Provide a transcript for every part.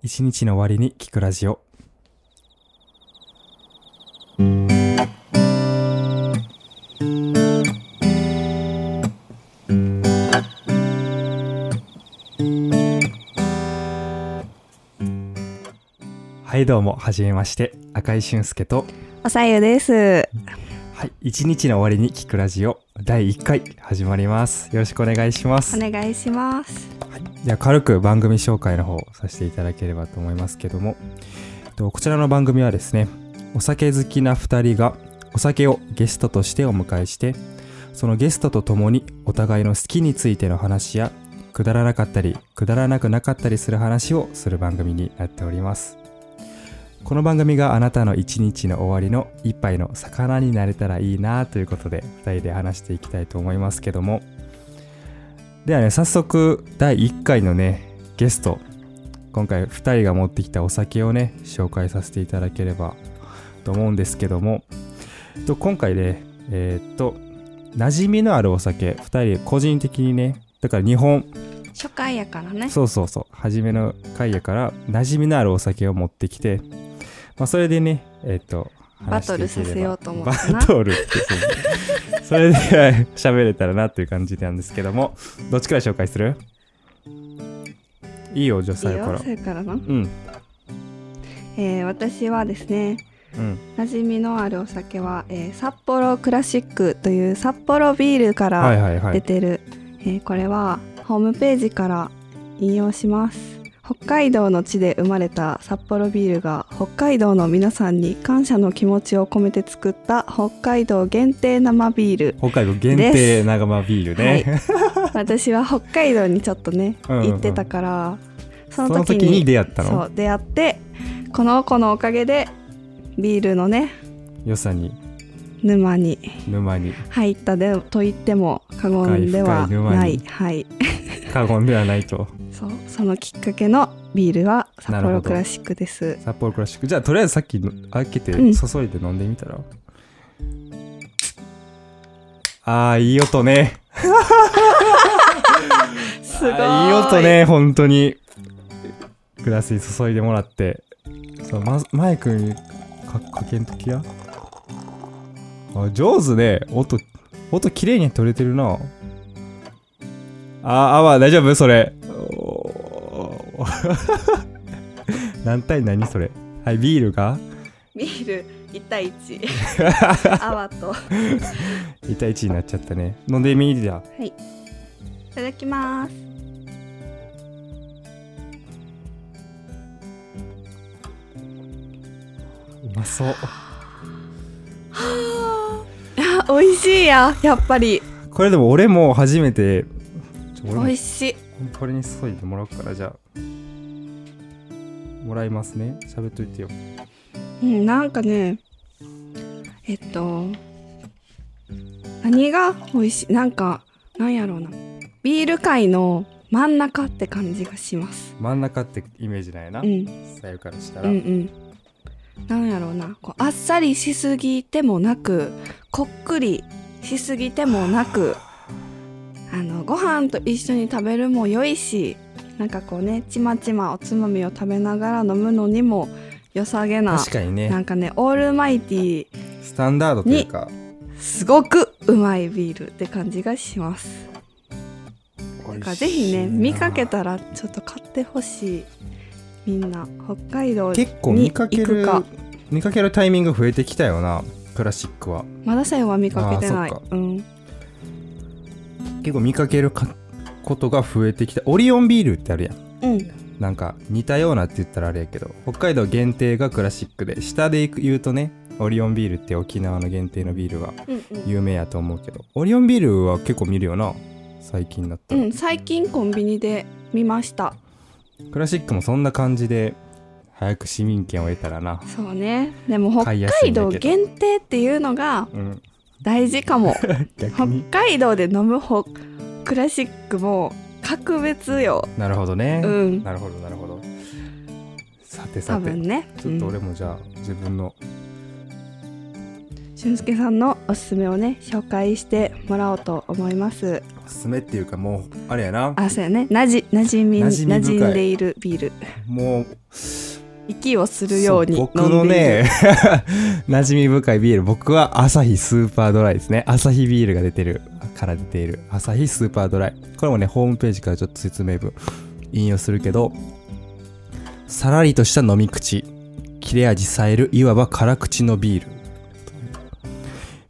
一日の終わりに聞くラジオはいどうもはじめまして赤井俊介とおさゆです。はい一日の終わりに聞くラジオ第1回始まりますよろしくお願いしますお願いします。じゃあ軽く番組紹介の方させていただければと思いますけどもえっとこちらの番組はですねお酒好きな2人がお酒をゲストとしてお迎えしてそのゲストと共にお互いの好きについての話やくだらなかったりくだらなくなかったりする話をする番組になっておりますこの番組があなたの一日の終わりの一杯の魚になれたらいいなということで2人で話していきたいと思いますけどもではね早速第1回のねゲスト今回2人が持ってきたお酒をね紹介させていただければと思うんですけどもえっと今回ねえーっと馴染みのあるお酒2人個人的にねだから日本初回やからね。そうそうそう初めの回やから馴染みのあるお酒を持ってきて、まあ、それでねえっ、とバトルさせようと思ってたなバトルってそうそれで喋れたらなっていう感じなんですけどもどっちから紹介するいいよ女いい性かよ、らそれからな。うんえー私はですね、うん馴染みのあるお酒は、えー札幌クラシックという札幌ビールかはいらはいは出いてる、えーこれはホームページから引用します。北海道の地で生まれた札幌ビールが北海道の皆さんに感謝の気持ちを込めて作った北海道限定生ビール北海道限定長間ビールね、私は北海道にちょっとねうんうんうん行ってたからそそのの時時にに出会ったそのう出会ってこの子のおかげでビールのね良さに沼に沼に入ったでと言っても過言では深い深い沼なにい、はい、過言ではないとそうそのきっかけのビールは札なるほ幌どクラシックです札幌クラシックじゃあとりあえずさっきの開けて注うんいで飲んでみたら、ああいい音ねすごいあーいい音ね本当にグラスに注いでもらってそう、ま、マイクにかかけんときやあ上手ね音音綺麗に取れてるなああまあ大丈夫それおー 何対何それはいビールがビール1対1 泡とい1対1になっちゃったね飲んでみるじゃんただきますうまそうあ美味しいややっぱりこれでも俺も初めてちょ俺美も味しいこれに注いでもらおうからじゃあもらいますね喋っといてようん、なんかねえっと何が美味しいなんかなんやろうなビール界の真ん中って感じがします真ん中ってイメージなんやな、うんうんさゆからしたうら、んなんやろうなこうあっさりしすぎてもなくこっくりしすぎてもなくあのご飯と一緒に食べるも良いしなんかこうねちまちまおつまみを食べながら飲むのにも良さげな確かになねんかねオールマイティースタンダードというかすごくうまいビールって感じがしますだからぜひね見かけたらちょっと買ってほしいみんな北海道結構見かけるに行くか見かけるタイミング増えてきたよなクラシックはまださえは見かけてないあーそっうん結構見かけるかことが増えてきたオリオンビールってあるやんうんなんか似たようなって言ったらあれやけど北海道限定がクラシックで下で行く言うとねオリオンビールって沖縄の限定のビールがうん有名やと思うけどオリオンビールは結構見るよな最近だったうら、ん、うん、最近コンビニで見ましたクラシックもそんな感じで早く市民権を得たらなそうねでも北買いやすい海んだ道けど限定っていうのがうん大事かも逆北に海道で飲むほクラシックも格別よなるほどね、うんなるほどなるほどさて多さて分ねちょっと俺もじゃあ自分の俊介さんのおすすめをね紹介してもらおうと思いますおすすめっていうかもうあれやなあそうやねなじなじみ馴な染じみ深いんでいるビールもう息をするようにそ飲ん僕でいるのね 馴染み深いビール僕はアサヒスーパードライですねアサヒビールが出てるから出ているアサヒスーパードライこれもねホームページからちょっと説明文引用するけどさらりとした飲み口切れ味さえるいわば辛口のビール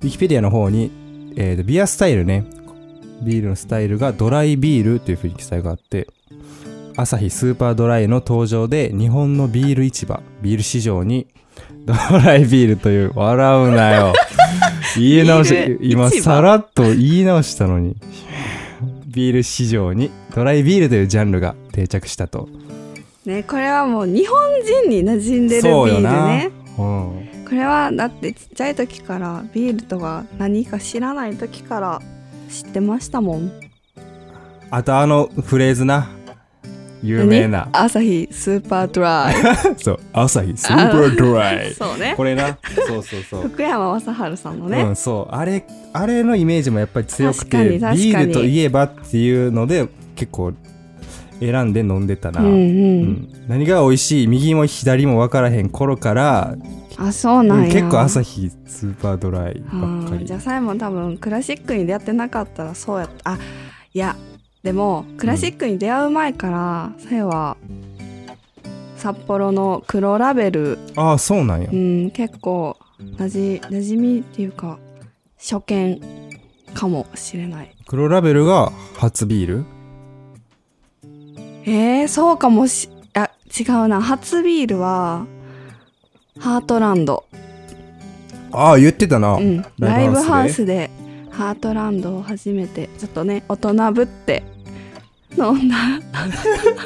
ウィキペディアの方に、えーとビアスタイルねビールのスタイルがドライビールというふうに記載があってアサヒスーパードライの登場で日本のビール市場ビール市場にドライビールという笑うな よ言い直ビーしル今市場さらっと言い直したのにビール市場にドライビールというジャンルが定着したと、ねこれはもう日本人に馴染んでるビそうーよルなねうん、これはだってちっちゃい時からビールとは何か知らない時から知ってましたもんあとあのフレーズな有名な何朝日スーパードライそう朝 日スーパードライ そうねこれなそうそうそう福山雅治さんのね、うん、そうあれあれのイメージもやっぱり強く確かてにビ確かにールといえばっていうので結構選んで飲んでたな、うんうんうん何が美味しい右も左も分からへん頃から、あそうなんうや、ん結構朝日スーパードライばっかうんりじゃあさえも多分クラシックに出会ってなかったらそうやったあいやでもクラシックに出会う前からさえは札幌の黒ラベル、ああそうなんや、うん、結構なじ馴染みっていうか初見かもしれない黒ラベルが初ビールえー、そうかもしあ違うな初ビールはハートランドああ言ってたな、うん、ラライイブブハハウウススでハートランドを初めてちょっとね大人ぶって飲んだ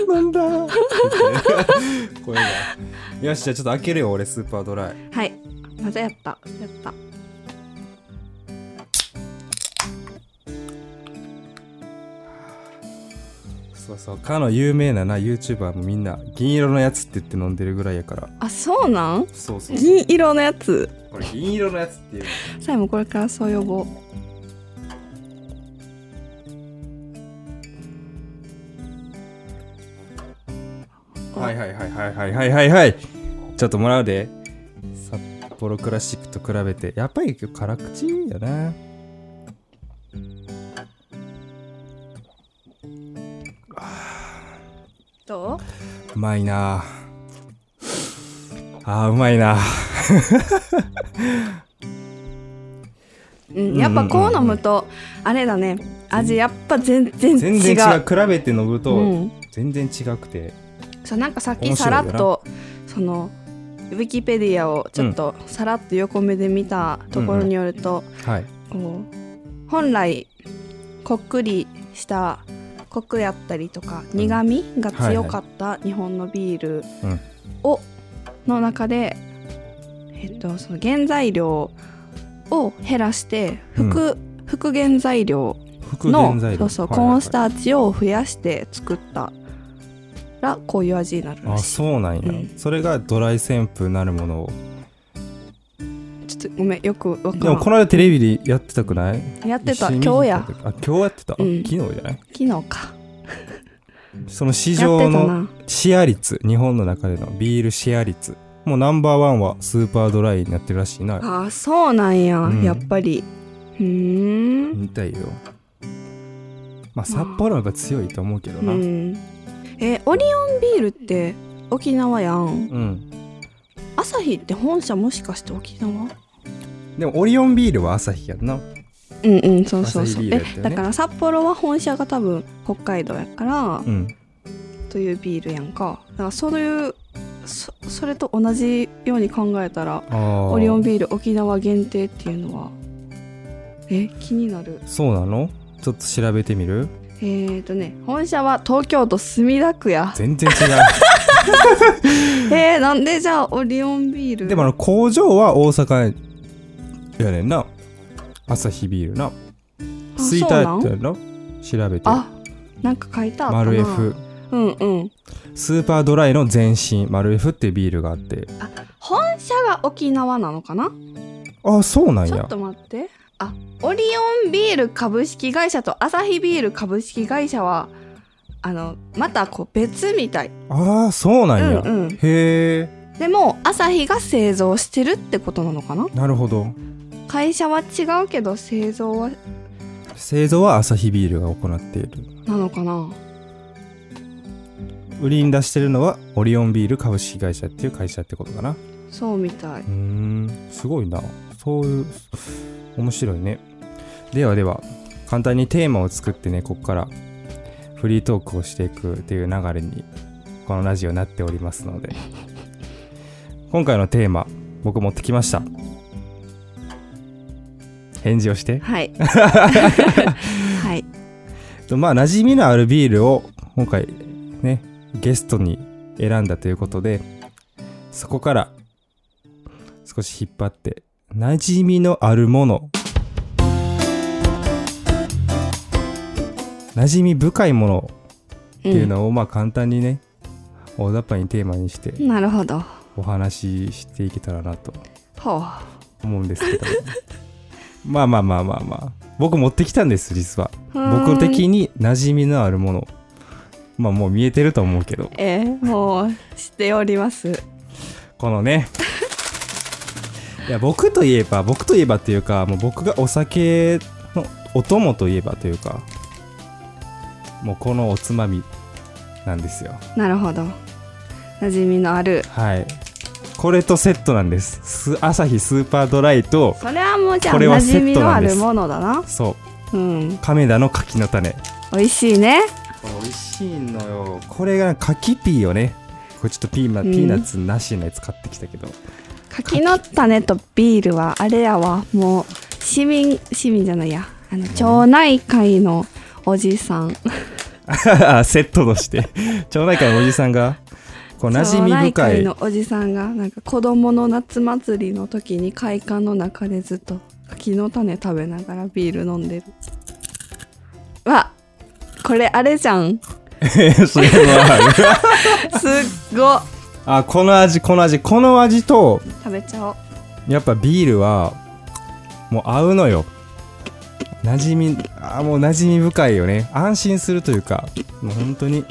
なんだ 声がよしじゃあちょっと開けるよ俺スーパードライはいまたやったやったそうそうかの有名なな YouTuber もみんな銀色のやつって言って飲んでるぐらいやからあそうなんそうそうそう銀色のやつこれ銀色のやつっていうさえもこれからそう呼ぼうはいはいはいはいはいはいはいはいちょっともらうで札幌クラシックと比べてやっぱり辛口やなどうまいなあーうまいなう、うん、やっぱこう飲むとあれだね味やっぱ全然違う全然違う比べて飲むと、うん、全然違くてそうなんかさっき面白さいよらなっとそのウィキペディアをちょっとさらっと横目で見たところによると、はいこう本来こっくりしたコクやったりとかん苦味が強かった日本のビールうんをの中で、えっと、その原材料を減らして副,、副原材料副の原材料そうそう、はいはいコはーいンスターチを増やして作ったらこういう味になるらあしいそうなんや、うんそれがドライ旋風なるものをちょっとごめんよくわでかもらこの間テレビでやってたくないんやって一た緒に見に今日行やった時あ今日やってた、あうん昨日じゃない昨日かその市やって場たのなシェア率日本の中でのビールシェア率もうナンバーワンはスーパードライになってるらしいなあーそうなんや、うんやっぱりうーんみたいよまあ札幌はやっぱ強いと思うけどうなうん、んえオリオンビールって沖縄やんアサヒって本社もしかして沖縄でもオリオンビールは朝日やんなうんうんそうそアうそう、サヒビールやったよえねだから札幌は本社が多分北海道やから、うんというビールやんかだからそういうそそれと同じように考えたらあーオリオンビール沖縄限定っていうのはえ気になるそうなのちょっと調べてみるえー、とね本社は東京都墨田区や全然違えー、なんでじゃあオリオンビーう ルでもあの工場は大阪やねんな朝日ビールなあスイそうタなやっんたやろ調べてあなんか書いてあったなマル F うんうんスーパードライの前身マル F っていうビールがあって本社が沖縄なのかなあそうなんちょやっと待ってあオリオンビール株式会社とアサヒビール株式会社はあのまたこう別みたいああそうなんや、うんうんへえでもアサヒが製造してるってことなのかななるほど会社は違うけど製造は製造はアサヒビールが行っているなのかな売りに出してるのはオリオンビール株式会社っていう会社ってことかなそうみたいうーんすごいなそういう面白いねではでは簡単にテーマを作ってねここからフリートークをしていくという流れにこのラジオなっておりますので 今回のテーマ僕持ってきました返事をしては いはいとまあ馴染みのあるビールを今回ねゲストに選んだということでそこから少し引っ張って馴染みのあるもの馴染み深いものっていうのをまあ簡単にね、大雑把にテーマにしてうん、なるほどお話ししていけたらなとほう思うんですけど まあまあまあまあまあ僕持ってきたんです実は僕に的に馴染みのあるものまあもう見えてると思うけどえー、もう知っておりますこの ねいや僕といえば僕といえばっていうかもう僕がお酒のお供といえばというかもうこのおつまみなんですよなるほど馴染みのあるはいこれとセットなんですす朝日スーパードライとそれはもうじゃあこれ馴はセ染みットのなあんでするものだなそううん亀田の柿の種美味しいね美味しいのよこれが柿ピーをねこれちょっとピーマン、うんピーナッツなしのやつ買ってきたけど柿の種とビールはあれやわもう市民市民じゃないやあの町内会のおじさんあセットとして町内会のおじさんがこう馴染み町内深会いのおじさんがなんか子供の夏祭りの時に会館の中でずっと柿の種食べながらビール飲んでるわこれあれじゃん それはすっごあこの味この味この味と食べちゃおうやっぱビールはもう合うのよ馴染みあもう馴染み深いよね安心するというかもう本当に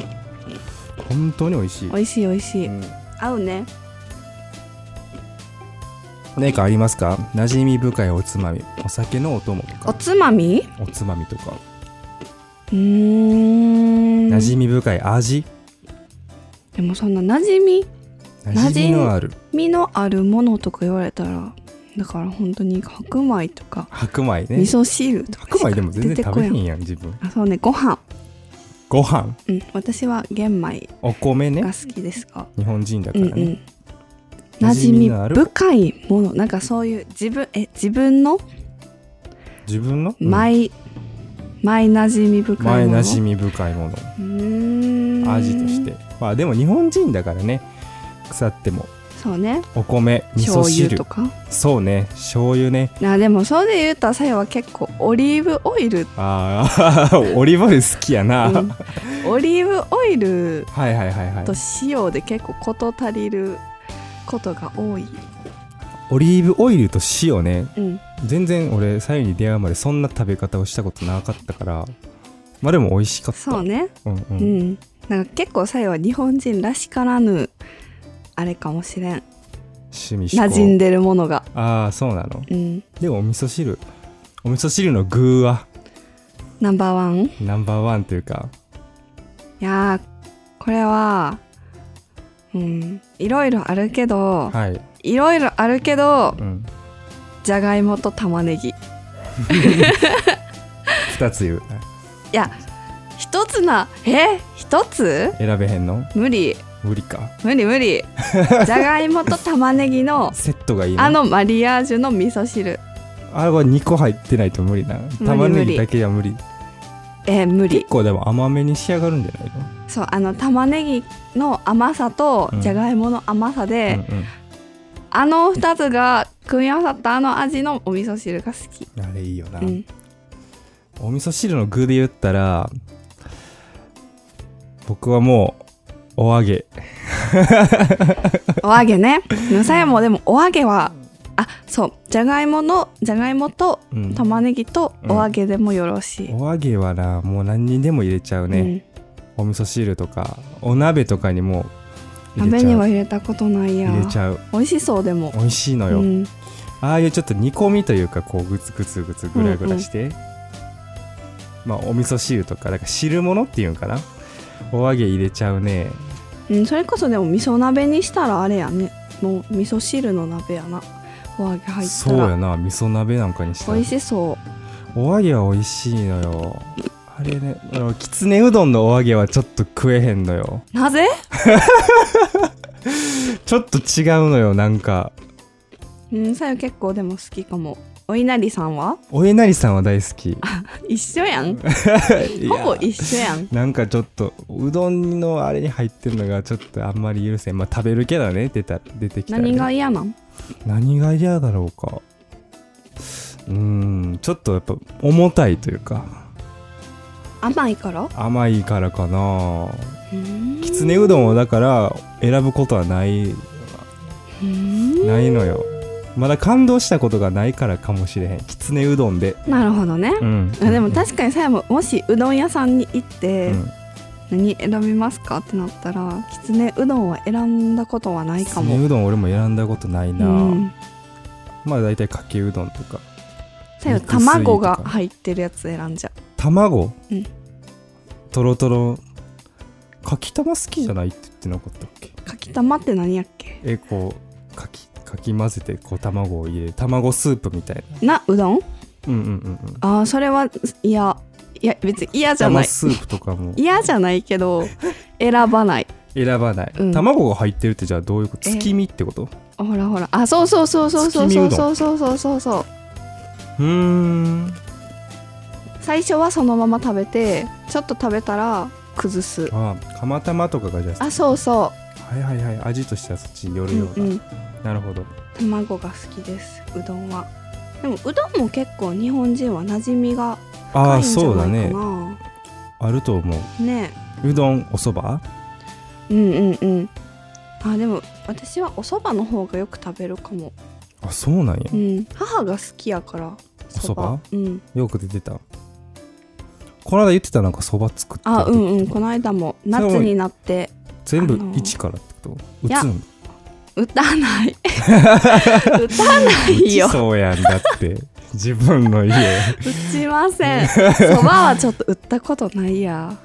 本当に美味しい、美味しい美味しい、うん、合うね何かありますか馴染み深いおつまみお酒のお供とおかつまみおつまみとかうーん馴染み深い味でもそんな馴染み馴染みのある身のあるものとか言われたらだから本当に白米とか白米味ね噌汁とかしか白米でも全出て然こ食べへんやんやん自分あそうねご飯ご飯うん私は玄米お米ねが好きですが、日本人だかうらんうね、ん馴馴染染みみのある深いものなんかそういう自分え自分の自分のマイ、マイ馴染み深い前ものなじみ深いものうーん味としてまあでも日本人だからね腐ってもそうねお米味噌醤油汁とかそうね醤油ねあでもそうで言うとさやは結構オリーブオイル、ああオリーブオイ ル好きやな、うんオリーブオイルはいはいはいはいと塩で結構事足りることが多い、オリーブオイルと塩ねうん、全然俺左右に出会うまでそんな食べ方をしたことなかったからまあでも美味しかったそうねうんう、うんん、なんか結構さやは日本人らしからぬあれかもしれん趣味嗜好馴染んでるものがああそうなのうんでもお味噌汁お味噌汁の具はナンバーワンいナンバーワンというかやーこれはうんいろいろあるけどはい、いろいろあるけどうん、じゃがいもと玉ねぎい2つ言うや一つなえ一つ選べへんの無理無理か無理無 理じゃがいもと玉ねぎのセットがいいのあのマリアージュの味噌汁あれは2個入ってないと無理な理玉ねぎだけじゃ無理えー無理結構でも甘めに仕上がるんじゃないのそうあの玉ねぎの甘さとうんじゃがいもの甘さで、うんうんあの2つが組み合わさったあの味のお味噌汁が好き、あれいいよな、うん、お味噌汁の具で言ったら僕はもうお揚げお揚げね野菜もでもお揚げはあそうじゃがいものじゃがいもとうん玉ねぎとお揚げでもよろしい、お揚げはなもう何にでも入れちゃうね、お味噌汁とかお鍋とかにもうん、入れ鍋ちにゃうは入れたことないや入れちゃう美味しそうでも美味しいのうよ、ん、ああいうちょっと煮込みというかこうグツグツグツグラグラして、まあお味噌汁とかなんか汁物っていうんかなお揚げ入れちゃうねうん、それこそでも味噌鍋にしたらあれやねもう味噌汁の鍋やなお揚げ入ったそうやらな味噌鍋なんかにした美ら味しそお揚げは美味しいのよあれねあのきつねうどんのお揚げはちょっと食えへんのようなぜちょっと違うのよなんかうんさよ結構でも好きかもお稲荷さんは おえなりさんは大好き一緒やんいやほぼ一緒やんなんかちょっとうどんのあれに入ってるのがちょっとあんまり許せんまあ食べるけどね出た出てきたらね、何が嫌なん何が嫌だろうかうーんちょっとやっぱ重たいというか甘いから甘いからかなうんきつねうどんをだから選ぶことはないうんないのよまだ感動したことがないからかもしれへんきつねうどんでなるほどね、うんあでも確かにさやももしうどん屋さんに行って、うん何選びますかってなったらきつねうどんは選んだことはないきつかねもうどん俺も選んだことないな、うんまあ大体かけうどんとかさやミックスイート卵が入ってるやつ選んじゃ卵、うんとろとろかきたま好きじゃないって言ってなかったっけうかきたまって何やっけえこうかきかき混ぜてこう卵を入れ卵スープみたいななうどんうんうんうんうんあーそれはいやいや別に嫌じゃな玉いスープとかも嫌じゃないけど選ばない選ばない、うん卵が入ってるってじゃあどういうことえー月見ってことほらほらあそうそうそうそうそう月そ見ううどそうそうそうそうそううーん最初はそのまま食べてちょっと食べたら崩すああ釜玉とかがじゃああそうそはいはいはい味としてはそっちによう、るような、うんうん、なるほど卵が好きですうどんはでもうどんも結構日本人は馴染みがあ深いんあじゃそうだないねかなあると思ねううどんおそばえうんうんうんあでも私はお蕎麦の方がよく食べるかも、あそうなんやうん、母が好きやからお蕎うんよく出てたこの間言ってたなんかそば作ったあってうんうんこの間も夏になって全あ部のー一からってこといや打つん歌わない 歌わないよ打ちそうやんだって 自分の家打ち ませんそばはちょっと売ったことないや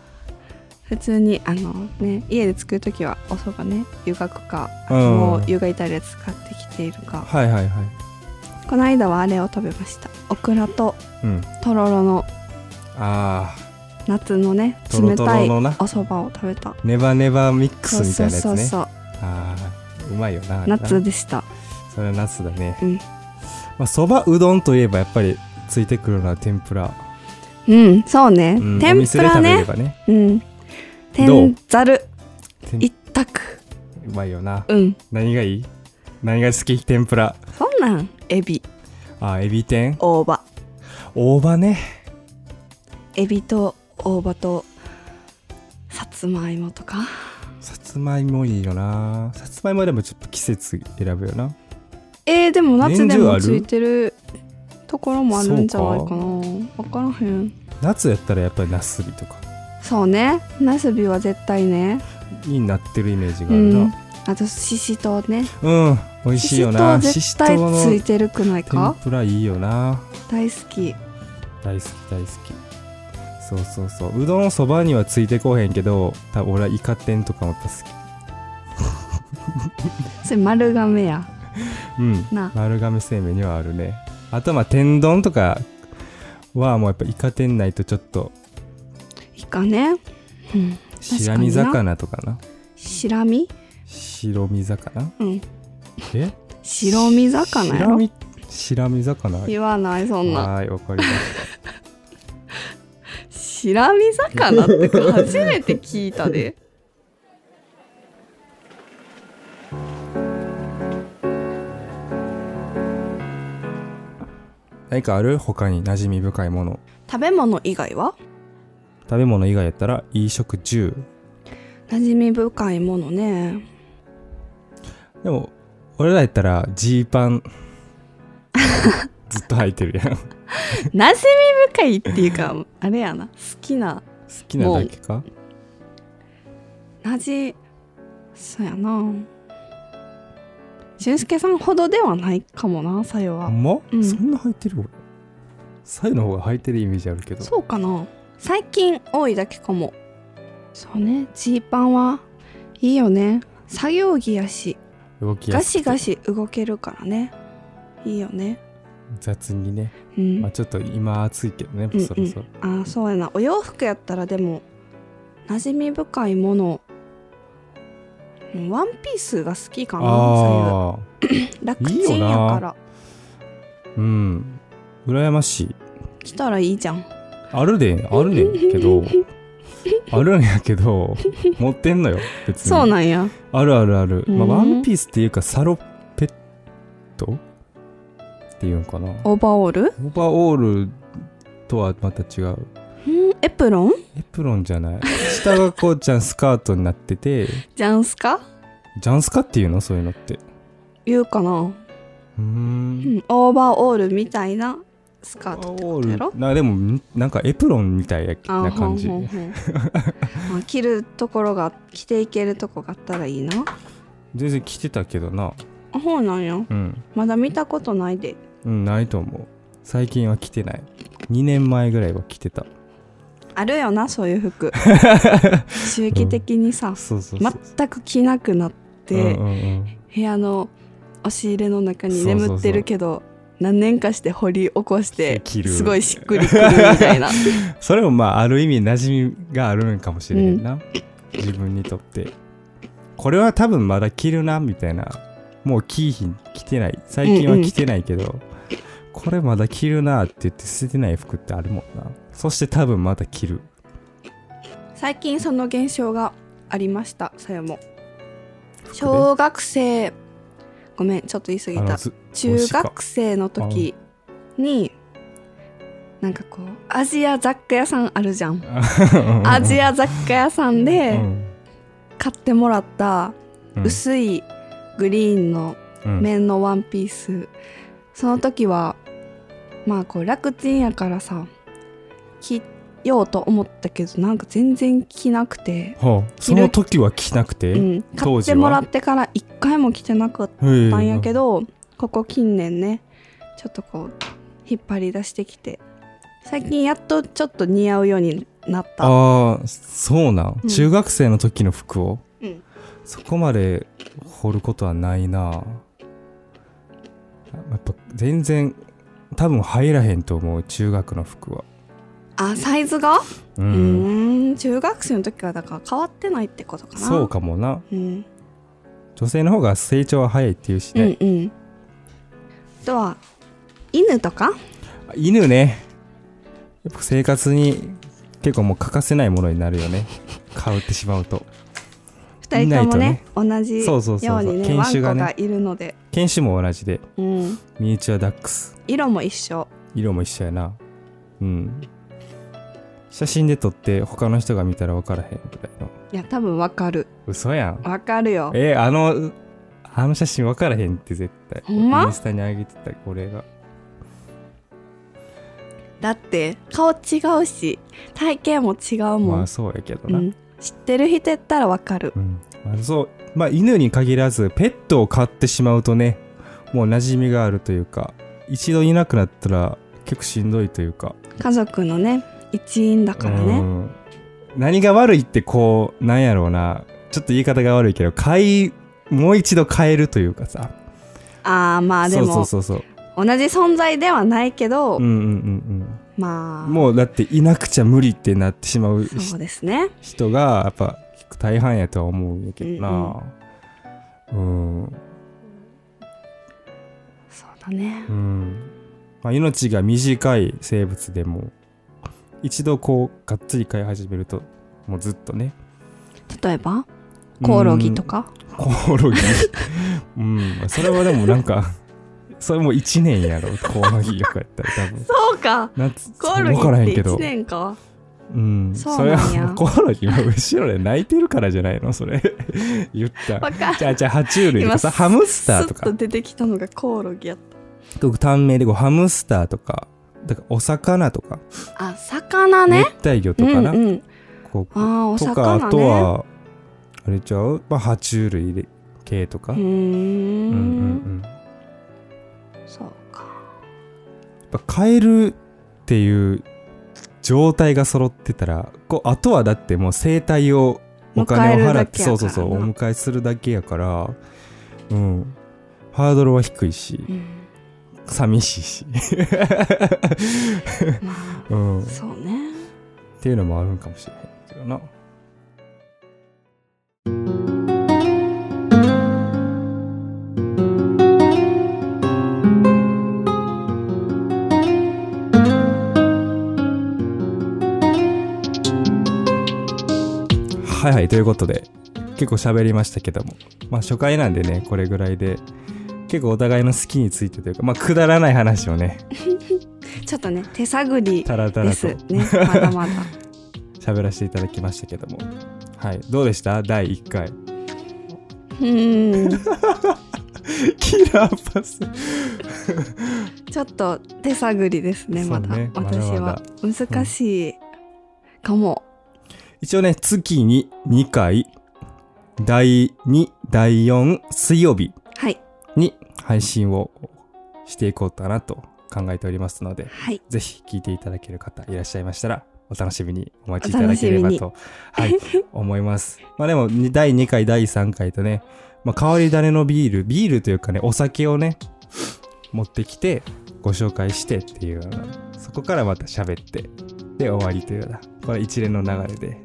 普通にあのね家で作る時はおそばね湯がくか、うんもう湯がいたりやつ買ってきているかはいはいはいこの間はあれを食べましたオクラとうんとろろのあ夏のねーとろ冷とたろいのなおそばを食べたネバネバミックスそうみたそいうなやつそねうそう、あーうまいよなあれな夏でしたそれは夏だねうんまあそばうどんといえばやっぱりついてくるのは天ぷら、うんそうね、うんお天ぷ店でら食べれねばねうんどう天ざる天一択うまいよなうん何がいい何が好き天ぷらそんなんエビあーエビ天大葉大葉ねエビと大葉とさつまいもとかさつまいもいいよなさつまいもでもちょっと季節選ぶよなえー、でも夏で年中あもるついてるところもあるんじゃないかそな分からへん夏やったらやっぱりなすびとかそうねなすびは絶対ねになってるイメージがあうるんなあとししとうねうん、美味しいよなししとう絶対ついのてるくない天かぷらいいよな大好き大好き大好きそうそうそううどんそばにはついてこへんけど多分俺はイカ天とかもやっぱ好それ丸亀やきうんな丸亀製麺にはあるねあとはまあ天丼とかはもうやっぱイカ天ないとちょっといかね、うん、白身魚とかな白身白身魚うんえ白身魚や白ろ身白身魚言わないそんなはーいわかりまし白身魚ってか初めて聞いた でた何かある他に馴染み深いもの食べ物以外は食べ物以外やったら飲食10馴染み深いものね でも俺らやったらジーパンずっと履いてるやん好なじみ深いっていうかあれやな好きなきなだけかなじそうやな俊介さんほどではないかもなさよあはんま、うんそんな履いてる俺サイの方が履いてるイメージあるけどそうかな最近多いだけかもそうねジーパンはいいよね作業着やし動きやガすくシガシ動けるからねいいよね雑にね、うんまあ、ちょっと今暑いけどね、うんそろそろあーそうやなお洋服やったらでも馴染み深いものうんワンピースが好きかな左ああ右楽ちんやからうん羨ましい着たらいいじゃんあるであるねんけ どあるんやけど持ってんのよ別にそうなんやあるあるある、まあ、うんワンピースっていうかサロペットっていうんかなオオーバーオールーバーオールとはまた違ううんエプロンエプロンじゃない下がこうちゃんスカートになってて じゃんすかジャンスカっていうのそういうのってう言うかな、ーうんん、オーバーオールみたいなスカートってこオとやろールなでもんなんかエプロンみたいやあなーほ感んじほんほん まあ着るところが着ていけるとこがあったらいいな全然着てたけどなあほうなんやうん、まだ見たことないでうん、ないと思う最近は着てない2年前ぐらいは着てたあるよなそういう 服周期的にさそうそうそう全く着なくなって、うんうんうん部屋の押し入れの中に眠ってるけど何年かして掘り起こ して着るすごいしっくりくるみ たいなそれもまあある意味馴染みがあるんかもしれへんな、自分にとってこれは多分まだ着るなみたいなもう着いひん着てない最近は着てないけど、これまだ着るなって言って捨ててない服ってあるもんなそして多分まだ着る最近その現象がありましたさよも服で小学生ごめんちょっと言い過ぎあのたず中学生の時になんかこうアジア雑貨屋さんあるじゃんアジア雑貨屋さんうでん買ってもらったうん薄いグリーンのうん綿のワンピース、その時はまあこう楽ちんやからさ着ようと思ったけどなんか全然着なくて、ほうその時は着なくて、うん、買当っ時はてもらってから一回も着てなかっへえたんやけど、ここ近年ねちょっとこう引っ張り出してきて最近やっとちょっと似合うようになったああそうなん、うん中学生の時の服を、うんそこまで掘ることはないなやっぱ全然多分入らへんと思う中学の服はあサイズがう、うんーん中学生の時はだから変わってないってことかなそうかもなうん女性の方が成長は早いっていうしね、うんうんあとは犬とか犬ねやっぱ生活に結構もう欠かせないものになるよね買うってしまうと2い人なといもとねね同じそうそうそうそうようにね犬ワンコ種がねがいるので、犬種も同じでうん、ミニチュアダックス色も一緒色も一緒やなうん写真で撮って他の人が見たら分からへんぐらいのいや多分わかる嘘やんわかるよえあのあの写真分からへんって絶対ほんまインスタに上げてた俺がだって顔違うし体型も違うもん、まあそうやけどうな、ん、知ってる人やったらわかるうんまあ、そうまあ犬に限らずペットを飼ってしまうとねもう馴染みがあるというか一度いなくなったら結構しんどいというか家族のね一員だからうねん何が悪いってこうなんやろうなちょっと言い方が悪いけど買いもう一度変えるというかさああまあでもそうそうそうそ同じ存在ではないけど、ううんうんまうあんもうだっていなくちゃ無理ってなってしまうひそうですね人がやっぱ大半やとは思うんやけどなうん、うんそうだねまあ、命が短い生物でも一度こうがっつり飼い始めるともうずっとね例えばコオロギとかコオロギうんそれはでもなんか それも1年やろコオロギとかやったら多分 そうか夏コオロわからへギんっけてど1年かうん、そうなんやそれはコオロギは後ろで泣いてるからじゃないのそれ 言ったわかるじゃあじゃあ爬虫類とかさ今ハムスターとスッとか出てきたのがコオロギやった単名でこうハムスターとかだからお魚とか、あ魚ね熱帯魚とかな、うんうん、こうあーおとか魚ねあとはあれちゃう、まあ、爬虫類系とか、うーんうんうんうん、やそうかっぱカエルっていう状態が揃ってたらこうあとはだってもう生態をお金を迎える払っだてけやそからうなそうそうお迎えするだけやからうんハードルは低いしうん寂しいし、まあ うん、っそうねていうのもあるんかもしれないけどなはいはいということで結構喋りましたけどもまあ初回なんでねこれぐらいで結構お互いの好きについてというかまあくだらない話をねちょっとね手探りたらたでらすとねま だまだ喋らせていただきましたけどもはいどうでした第1回 うーんキラーパスちょっと手探りですねまだそうねまだ私まはだ難しいかも、一応ね月に2回第2第4水曜日はいに配信をしていこうかなと考えておりますのではいぜひ聞いていただける方いらっしゃいましたらお楽しみにお待ちいただければと、はい、思います。 まあでもに第2回第3回とね、まあ、香り種のビールビールというかねお酒をね持ってきてご紹介してっていうようなそこからまた喋ってで終わりというようなこれ一連の流れで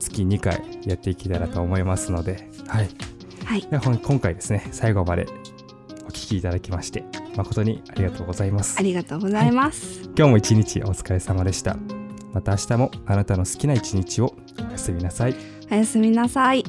月2回やっていけたらと思いますので、はい、はいではほん今回ですね最後までお聞きいただきまして誠にありがとうございますあ。りがとうございます、今日も一日お疲れ様でしたまた明日もあなたの好きな一日をおやすみなさいおやすみなさい